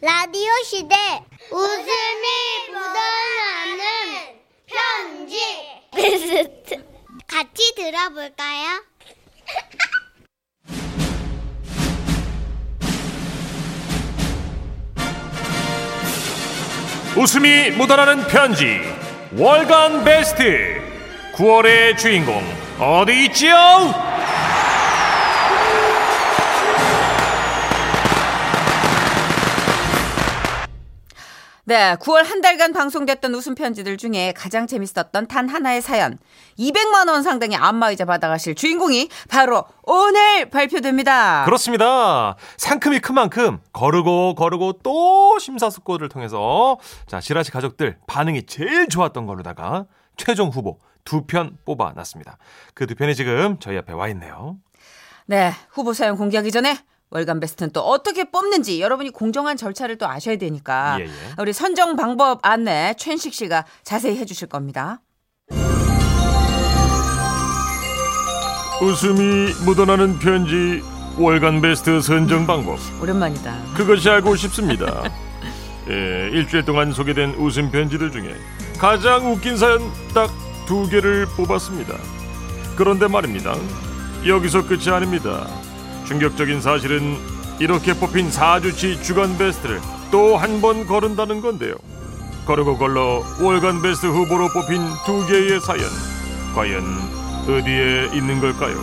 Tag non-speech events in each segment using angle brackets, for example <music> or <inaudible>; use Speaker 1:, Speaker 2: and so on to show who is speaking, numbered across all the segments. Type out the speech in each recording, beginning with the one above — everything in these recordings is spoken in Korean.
Speaker 1: 라디오 시대 웃음이 묻어나는 편지 베스트 같이 들어볼까요?
Speaker 2: 웃음이 묻어나는 편지 월간 베스트 9월의 주인공 어디 있지요?
Speaker 3: 네, 9월 한 달간 방송됐던 웃음 편지들 중에 가장 재밌었던 단 하나의 사연. 200만 원 상당의 안마의자 받아가실 주인공이 바로 오늘 발표됩니다.
Speaker 2: 그렇습니다. 상큼이 큰 만큼 거르고 거르고 또 심사숙고를 통해서 자 지라시 가족들 반응이 제일 좋았던 걸로다가 최종 후보 두 편 뽑아놨습니다. 그 두 편이 지금 저희 앞에 와 있네요.
Speaker 3: 네, 후보 사연 공개하기 전에 월간 베스트는 또 어떻게 뽑는지 여러분이 공정한 절차를 또 아셔야 되니까
Speaker 2: 예, 예.
Speaker 3: 우리 선정 방법 안내 최식 씨가 자세히 해주실 겁니다.
Speaker 2: 웃음이 묻어나는 편지 월간 베스트 선정 방법
Speaker 3: 오랜만이다.
Speaker 2: 그것이 알고 싶습니다. 예, 일주일 동안 소개된 웃음 편지들 중에 가장 웃긴 사연 딱 두 개를 뽑았습니다. 그런데 말입니다. 여기서 끝이 아닙니다. 충격적인 사실은 이렇게 뽑힌 4주치 주간 베스트를 또 한 번 거른다는 건데요. 거르고 걸러 월간 베스트 후보로 뽑힌 두 개의 사연 과연 어디에 있는 걸까요?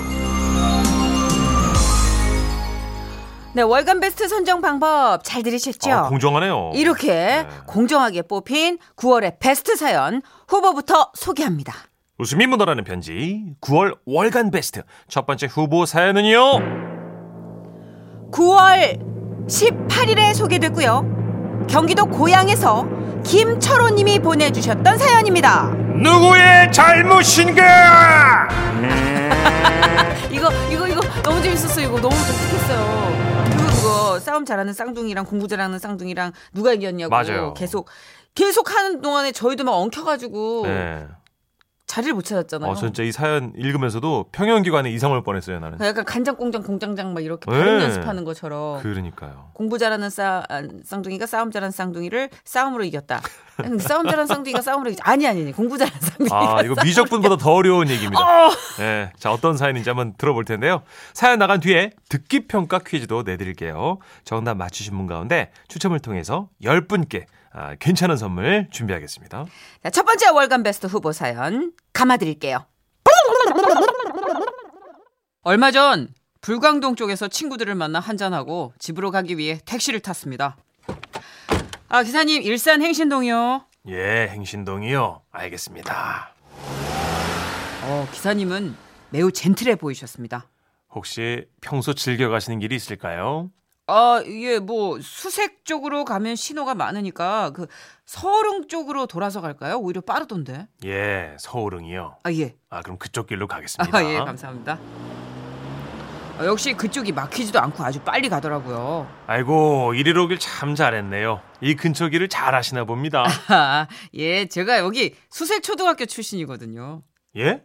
Speaker 3: 네, 월간 베스트 선정 방법 잘 들으셨죠?
Speaker 2: 아, 공정하네요.
Speaker 3: 이렇게
Speaker 2: 네.
Speaker 3: 공정하게 뽑힌 9월의 베스트 사연 후보부터 소개합니다.
Speaker 2: 웃음이 묻어나는 편지 9월 월간 베스트 첫 번째 후보 사연은요
Speaker 3: 9월 18일에 소개됐고요. 경기도 고양에서 김철호님이 보내주셨던 사연입니다.
Speaker 2: 누구의 잘못인가 네.
Speaker 3: 이거 이거 이거 너무 재밌었어 요 이거 너무 독특했어요. 그거 그거 싸움 잘하는 쌍둥이랑 공부 잘하는 쌍둥이랑 누가 이겼냐고
Speaker 2: 맞아요.
Speaker 3: 계속 계속 하는 동안에 저희도 막 엉켜가지고
Speaker 2: 네.
Speaker 3: 자리를 못 찾았잖아요.
Speaker 2: 어, 진짜 이 사연 읽으면서도 평형기관에 이상 올 뻔했어요 나는
Speaker 3: 그러니까 약간 간장 공장 공장장 막 이렇게
Speaker 2: 네.
Speaker 3: 발음 연습하는
Speaker 2: <laughs>
Speaker 3: 것처럼
Speaker 2: 그러니까요
Speaker 3: 공부 잘하는 싸, 아, 쌍둥이가 싸움 잘하는 쌍둥이를 싸움으로 이겼다. 근데 싸움 잘하는 쌍둥이가 싸움으로 이겼 아니 아니 아니 공부 잘하는 쌍둥이가
Speaker 2: 아 이거 미적분보다 더 어려운 얘기입니다 네, 자 어떤 사연인지 한번 들어볼 텐데요 사연 나간 뒤에 듣기 평가 퀴즈도 내드릴게요 정답 맞추신 분 가운데 추첨을 통해서 10분께 아, 괜찮은 선물 준비하겠습니다
Speaker 3: 자, 첫 번째 월간 베스트 후보 사연 감아드릴게요. 얼마 전 불광동 쪽에서 친구들을 만나 한잔하고 집으로 가기 위해 택시를 탔습니다. 아 기사님 일산 행신동이요.
Speaker 2: 예 행신동이요 알겠습니다
Speaker 3: 어 기사님은 매우 젠틀해 보이셨습니다.
Speaker 2: 혹시 평소 즐겨 가시는 길이 있을까요?
Speaker 3: 아 이게 뭐 수색 쪽으로 가면 신호가 많으니까 그 서릉 쪽으로 돌아서 갈까요? 오히려 빠르던데.
Speaker 2: 예, 서울흥이요.
Speaker 3: 아 예.
Speaker 2: 아, 그럼 그쪽 길로 가겠습니다.
Speaker 3: 아, 예, 감사합니다. 아, 역시 그쪽이 막히지도 않고 아주 빨리 가더라고요.
Speaker 2: 아이고, 이리로 오길 참 잘했네요. 이 근처 길을 잘 아시나 봅니다.
Speaker 3: <laughs> 아, 예, 제가 여기 수색초등학교 출신이거든요.
Speaker 2: 예?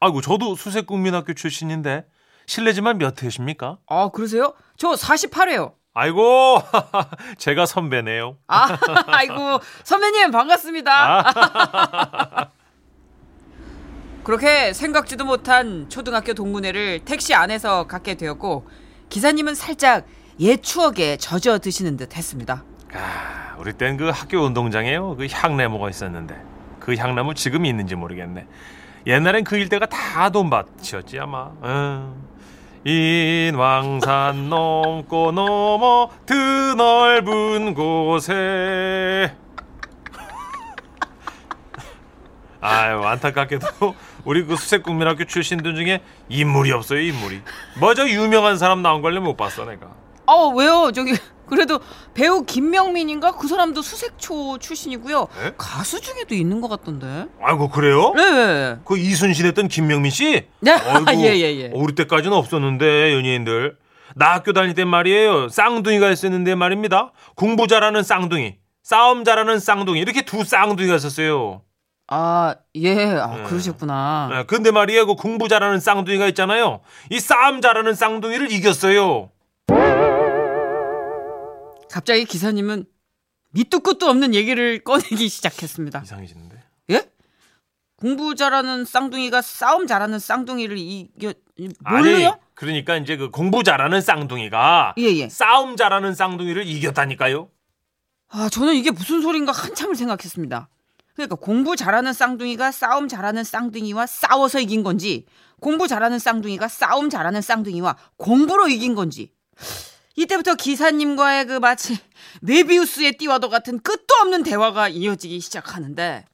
Speaker 2: 아이고, 저도 수색국민학교 출신인데 실례지만 몇 회십니까?
Speaker 3: 아, 그러세요? 저 48회요.
Speaker 2: 아이고, <laughs> 제가 선배네요.
Speaker 3: 아, <laughs> 아이고, 선배님
Speaker 2: 아,
Speaker 3: 반갑습니다. 그렇게 생각지도 못한 초등학교 동문회를 택시 안에서 갖게 되었고 기사님은 살짝 옛 추억에 젖어 드시는 듯 했습니다.
Speaker 2: 아, 우리 땐 그 학교 운동장에요. 그 향나무가 있었는데 그 향나무 지금 있는지 모르겠네. 옛날엔 그 일대가 다 돈밭이었지 아마. 응. 인왕산 넘고 넘어 드넓은 곳에. <laughs> 아유 안타깝게도 우리 그 수색국민학교 출신들 중에 인물이 없어요 인물이. 뭐저 유명한 사람 나온 걸래 못 봤어 내가.
Speaker 3: 어 왜요 저기 <laughs> 그래도 배우 김명민인가 그 사람도 수색초 출신이고요
Speaker 2: 네?
Speaker 3: 가수 중에도 있는 것 같던데
Speaker 2: 아이고 그래요?
Speaker 3: 네
Speaker 2: 그 이순신 했던 김명민 씨?
Speaker 3: 네.
Speaker 2: 어이구,
Speaker 3: <laughs> 예, 예, 예.
Speaker 2: 우리 때까지는 없었는데 연예인들. 나 학교 다닐 때 말이에요. 쌍둥이가 있었는데 말입니다. 공부 잘하는 쌍둥이, 싸움 잘하는 쌍둥이 이렇게 두 쌍둥이가 있었어요.
Speaker 3: 아, 예, 아,
Speaker 2: 네.
Speaker 3: 그러셨구나.
Speaker 2: 아, 근데 말이에요. 그 공부 잘하는 쌍둥이가 있잖아요. 이 싸움 잘하는 쌍둥이를 이겼어요.
Speaker 3: 갑자기 기사님은 밑도 끝도 없는 얘기를 꺼내기 <laughs> 시작했습니다.
Speaker 2: 이상해지는데.
Speaker 3: 예? 공부 잘하는 쌍둥이가 싸움 잘하는 쌍둥이를 이겨
Speaker 2: 아니,
Speaker 3: 뭘로요?
Speaker 2: 그러니까 이제 그 공부 잘하는 쌍둥이가
Speaker 3: 예, 예.
Speaker 2: 싸움 잘하는 쌍둥이를 이겼다니까요.
Speaker 3: 아, 저는 이게 무슨 소린가 한참을 생각했습니다. 그러니까 공부 잘하는 쌍둥이가 싸움 잘하는 쌍둥이와 싸워서 이긴 건지, 공부 잘하는 쌍둥이가 싸움 잘하는 쌍둥이와 공부로 이긴 건지. 이때부터 기사님과의 그 마치 메비우스의 띠와도 같은 끝도 없는 대화가 이어지기 시작하는데,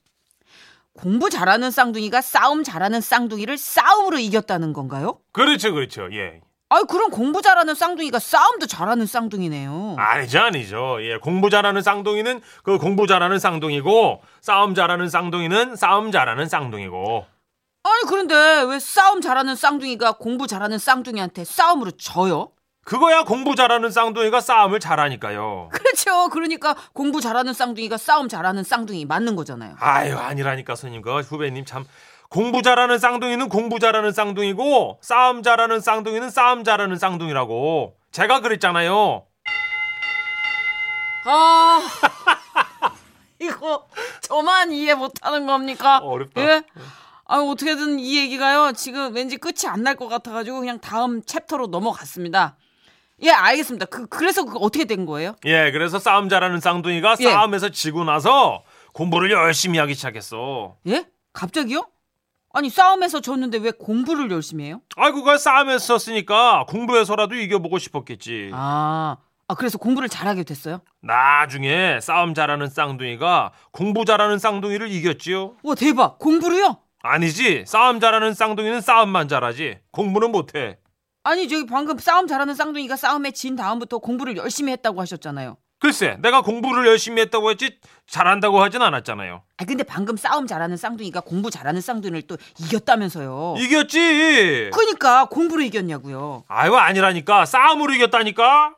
Speaker 3: 공부 잘하는 쌍둥이가 싸움 잘하는 쌍둥이를 싸움으로 이겼다는 건가요?
Speaker 2: 그렇죠, 그렇죠. 예.
Speaker 3: 아, 그럼 공부 잘하는 쌍둥이가 싸움도 잘하는 쌍둥이네요.
Speaker 2: 아니죠, 아니죠. 예, 공부 잘하는 쌍둥이는 그 공부 잘하는 쌍둥이고 싸움 잘하는 쌍둥이는 싸움 잘하는 쌍둥이고.
Speaker 3: 아니 그런데 왜 싸움 잘하는 쌍둥이가 공부 잘하는 쌍둥이한테 싸움으로 져요? <laughs>
Speaker 2: 그거야 공부 잘하는 쌍둥이가 싸움을 잘하니까요.
Speaker 3: 그렇죠. 그러니까 공부 잘하는 쌍둥이가 싸움 잘하는 쌍둥이 맞는 거잖아요.
Speaker 2: 아유, 아니라니까 선생님. 그 후배님 참 공부 잘하는 쌍둥이는 공부 잘하는 쌍둥이고 싸움 잘하는 쌍둥이는 싸움 잘하는 쌍둥이라고. 제가 그랬잖아요.
Speaker 3: 아 <laughs> 이거 저만 이해 못하는 겁니까?
Speaker 2: 어렵다.
Speaker 3: 예? 아 어떻게든 이 얘기가요. 지금 왠지 끝이 안 날 것 같아가지고 그냥 다음 챕터로 넘어갔습니다. 예 알겠습니다. 그 그래서 그 어떻게 된 거예요?
Speaker 2: 예, 그래서 싸움 잘하는 쌍둥이가
Speaker 3: 예.
Speaker 2: 싸움에서 지고 나서 공부를 열심히 하기 시작했어.
Speaker 3: 예? 갑자기요? 아니 싸움에서 졌는데 왜 공부를 열심히 해요?
Speaker 2: 아이고, 그걸 싸움에서 썼으니까 공부해서라도 이겨보고 싶었겠지.
Speaker 3: 아, 아 그래서 공부를 잘하게 됐어요?
Speaker 2: 나중에 싸움 잘하는 쌍둥이가 공부 잘하는 쌍둥이를 이겼지요.
Speaker 3: 와 대박 공부를요?
Speaker 2: 아니지, 싸움 잘하는 쌍둥이는 싸움만 잘하지. 공부는 못해.
Speaker 3: 아니 저기 방금 싸움 잘하는 쌍둥이가 싸움에 진 다음부터 공부를 열심히 했다고 하셨잖아요.
Speaker 2: 글쎄, 내가 공부를 열심히 했다고 했지 잘한다고 하진 않았잖아요.
Speaker 3: 아 근데 방금 싸움 잘하는 쌍둥이가 공부 잘하는 쌍둥이를 또 이겼다면서요.
Speaker 2: 이겼지.
Speaker 3: 그러니까 공부로 이겼냐고요.
Speaker 2: 아이고 아니라니까 싸움으로 이겼다니까.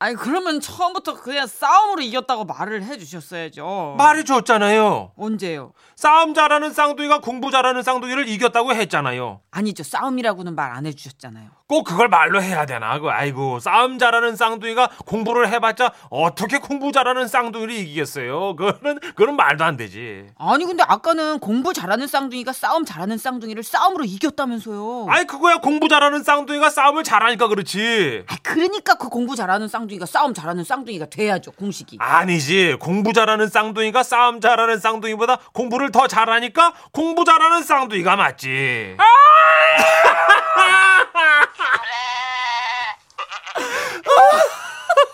Speaker 3: 아니 그러면 처음부터 그냥 싸움으로 이겼다고 말을 해주셨어야죠.
Speaker 2: 말해줬잖아요.
Speaker 3: 언제요?
Speaker 2: 싸움 잘하는 쌍둥이가 공부 잘하는 쌍둥이를 이겼다고 했잖아요.
Speaker 3: 아니죠 싸움이라고는 말 안 해주셨잖아요.
Speaker 2: 꼭 그걸 말로 해야 되나? 그 아이고 싸움 잘하는 쌍둥이가 공부를 해봤자 어떻게 공부 잘하는 쌍둥이를 이기겠어요? 그거는 그건 말도 안 되지.
Speaker 3: 아니 근데 아까는 공부 잘하는 쌍둥이가 싸움 잘하는 쌍둥이를 싸움으로 이겼다면서요.
Speaker 2: 아이 그거야 공부 잘하는 쌍둥이가 싸움을 잘하니까 그렇지.
Speaker 3: 아, 그러니까 그 공부 잘하는 쌍둥이가 싸움 잘하는 쌍둥이가 돼야죠 공식이.
Speaker 2: 아니지 공부 잘하는 쌍둥이가 싸움 잘하는 쌍둥이보다 공부를 더 잘하니까 공부 잘하는 쌍둥이가 맞지. <laughs>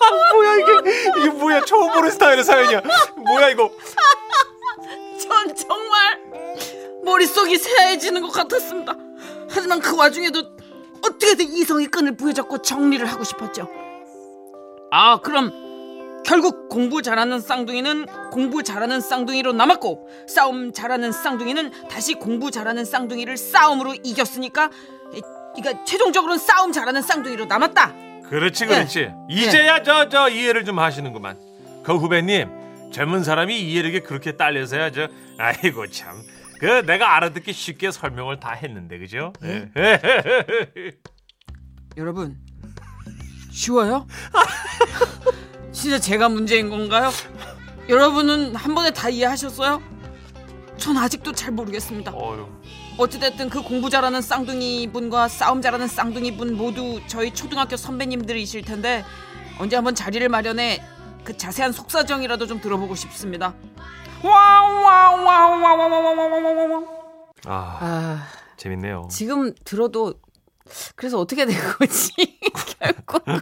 Speaker 2: 아, 뭐야 이게 이게 뭐야 처음 보는 스타일의 사연이야. 뭐야 이거.
Speaker 3: 전 정말 머릿속이 새해지는 것 같았습니다. 하지만 그 와중에도 어떻게든 이성의 끈을 부여잡고 정리를 하고 싶었죠. 아, 그럼 결국 공부 잘하는 쌍둥이는 공부 잘하는 쌍둥이로 남았고 싸움 잘하는 쌍둥이는 다시 공부 잘하는 쌍둥이를 싸움으로 이겼으니까 이- 그러니까 최종적으로는 싸움 잘하는 쌍둥이로 남았다.
Speaker 2: 그렇지 그렇지 이제야 저 저 이해를 좀 하시는구만 그 후배님 젊은 사람이 이해력이 그렇게 딸려서야 저 아이고 참 그 내가 알아듣기 쉽게 설명을 다 했는데 그죠 예.
Speaker 3: 여러분 쉬워요? <laughs> 진짜 제가 문제인 건가요? 여러분은 한 번에 다 이해하셨어요? 전 아직도 잘 모르겠습니다.
Speaker 2: 어휴
Speaker 3: 어찌됐든 그 공부 잘하는 쌍둥이 분과 싸움 잘하는 쌍둥이 분 모두 저희 초등학교 선배님들이실 텐데 언제 한번 자리를 마련해 그 자세한 속사정이라도 좀 들어보고 싶습니다. 와와와와와와와와와와와
Speaker 2: 아
Speaker 3: 아
Speaker 2: 재밌네요
Speaker 3: 지금 들어도 그래서 어떻게 된 거지
Speaker 4: <laughs>
Speaker 3: 결국은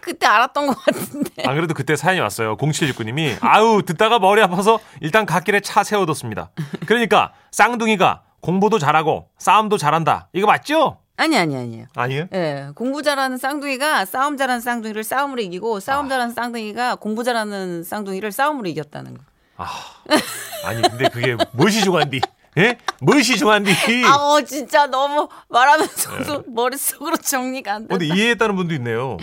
Speaker 3: 그때 알았던 것 같은데
Speaker 2: 안 아, 그래도 그때 사연이 왔어요 0769님이 아우 듣다가 머리 아파서 일단 갓길에 차 세워뒀습니다 그러니까 쌍둥이가 공부도 잘하고 싸움도 잘한다 이거 맞죠
Speaker 4: 아니 아니 아니에요.
Speaker 2: 아니에요
Speaker 4: 예, 공부 잘하는 쌍둥이가 싸움 잘하는 쌍둥이를 싸움으로 이기고 싸움 잘하는 쌍둥이가 공부 잘하는 쌍둥이를 싸움으로 이겼다는 거.
Speaker 2: 아, 아니 근데 그게 무엇이 중한디 예 무엇이 중한디
Speaker 4: 아, 어, 진짜 너무 말하면서도 머릿속으로 정리가 안 돼.
Speaker 2: 근데 이해했다는 분도 있네요.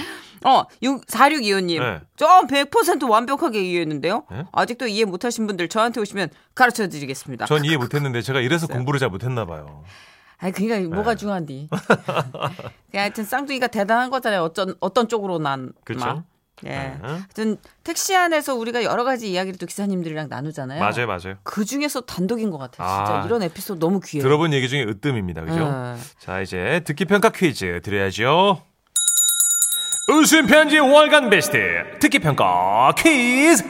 Speaker 4: 어, 6, 4625님.
Speaker 2: 네.
Speaker 4: 저100% 완벽하게 이해했는데요.
Speaker 2: 네?
Speaker 4: 아직도 이해 못하신 분들 저한테 오시면 가르쳐 드리겠습니다.
Speaker 2: 전 이해 못했는데 제가 이래서 공부를 잘 못했나 봐요.
Speaker 4: 아,
Speaker 3: 그러니까
Speaker 4: 그니까
Speaker 2: 네.
Speaker 4: 뭐가
Speaker 3: <laughs>
Speaker 4: 중요한디. 그냥 하여튼 쌍둥이가 대단한 거잖아요. 어떤, 어떤 쪽으로 난.
Speaker 2: 그쵸?
Speaker 4: 막.
Speaker 3: 예.
Speaker 2: 네.
Speaker 3: 전 택시 안에서 우리가 여러 가지 이야기를 또 기사님들이랑 나누잖아요.
Speaker 2: 맞아요, 맞아요.
Speaker 3: 그 중에서 단독인 것 같아요. 진짜
Speaker 2: 아.
Speaker 3: 이런 에피소드 너무 귀해요.
Speaker 2: 들어본 얘기 중에 으뜸입니다. 그죠?
Speaker 3: 예. 네.
Speaker 2: 자, 이제 듣기 평가 퀴즈 드려야죠. 웃음 편지 월간 베스트 듣기 평가 퀴즈.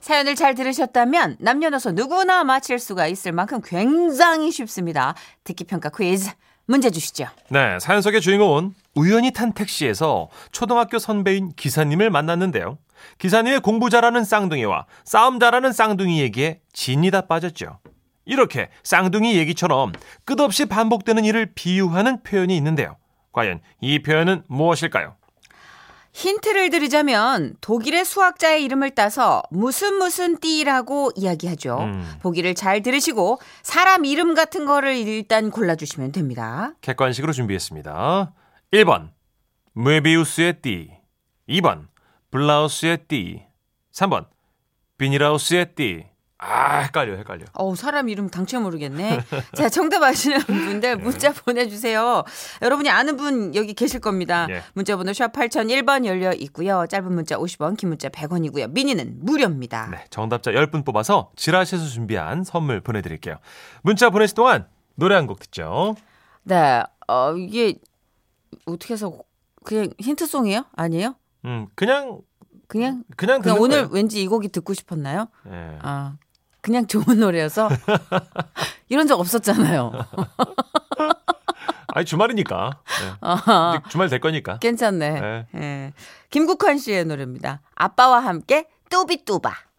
Speaker 3: 사연을 잘 들으셨다면 남녀노소 누구나 맞힐 수가 있을 만큼 굉장히 쉽습니다. 듣기 평가 퀴즈 문제 주시죠.
Speaker 2: 네, 사연 속의 주인공은 우연히 탄 택시에서 초등학교 선배인 기사님을 만났는데요. 기사님의 공부 잘하는 쌍둥이와 싸움 잘하는 쌍둥이 얘기에 진이 다 빠졌죠. 이렇게 쌍둥이 얘기처럼 끝없이 반복되는 일을 비유하는 표현이 있는데요. 과연 이 표현은 무엇일까요?
Speaker 3: 힌트를 드리자면 독일의 수학자의 이름을 따서 무슨 무슨 띠라고 이야기하죠.
Speaker 2: 음.
Speaker 3: 보기를 잘 들으시고 사람 이름 같은 거를 일단 골라주시면 됩니다.
Speaker 2: 객관식으로 준비했습니다. 1번 메비우스의 띠 2번 블라우스의 띠 3번 비닐하우스의 띠아 헷갈려 헷갈려
Speaker 3: 어우, 사람 이름
Speaker 2: <laughs>
Speaker 3: 당최 모르겠네. 자, 정답 아시는 분들 문자
Speaker 2: 네.
Speaker 3: 보내주세요. 여러분이 아는 분 여기 계실 겁니다.
Speaker 2: 예.
Speaker 3: 문자번호 샵 8001번 열려 있고요. 짧은 문자 50원, 긴 문자 100원이고요. 미니는 무료입니다.
Speaker 2: 네, 정답자 10분 뽑아서 지라시에서 준비한 선물 보내드릴게요. 문자 보내실 동안 노래 한 곡 듣죠.
Speaker 3: 네, 어, 이게 어떻게 해서 그냥 힌트송이에요? 아니에요?
Speaker 2: 음, 그냥
Speaker 3: 그냥
Speaker 2: 그냥 듣는
Speaker 3: 그냥 그러니까 오늘
Speaker 2: 거예요.
Speaker 3: 왠지 이 곡이 듣고 싶었나요?
Speaker 2: 예.
Speaker 3: 아, 그냥 좋은 노래여서 <laughs> 이런 적 없었잖아요.
Speaker 2: 아니 주말이니까. 예.
Speaker 3: <laughs> 아하.
Speaker 2: 이제 주말 될 거니까.
Speaker 3: 어. 괜찮네.
Speaker 2: 네.
Speaker 3: 예. 김국환 씨의 노래입니다. 아빠와 함께 뚜비뚜바.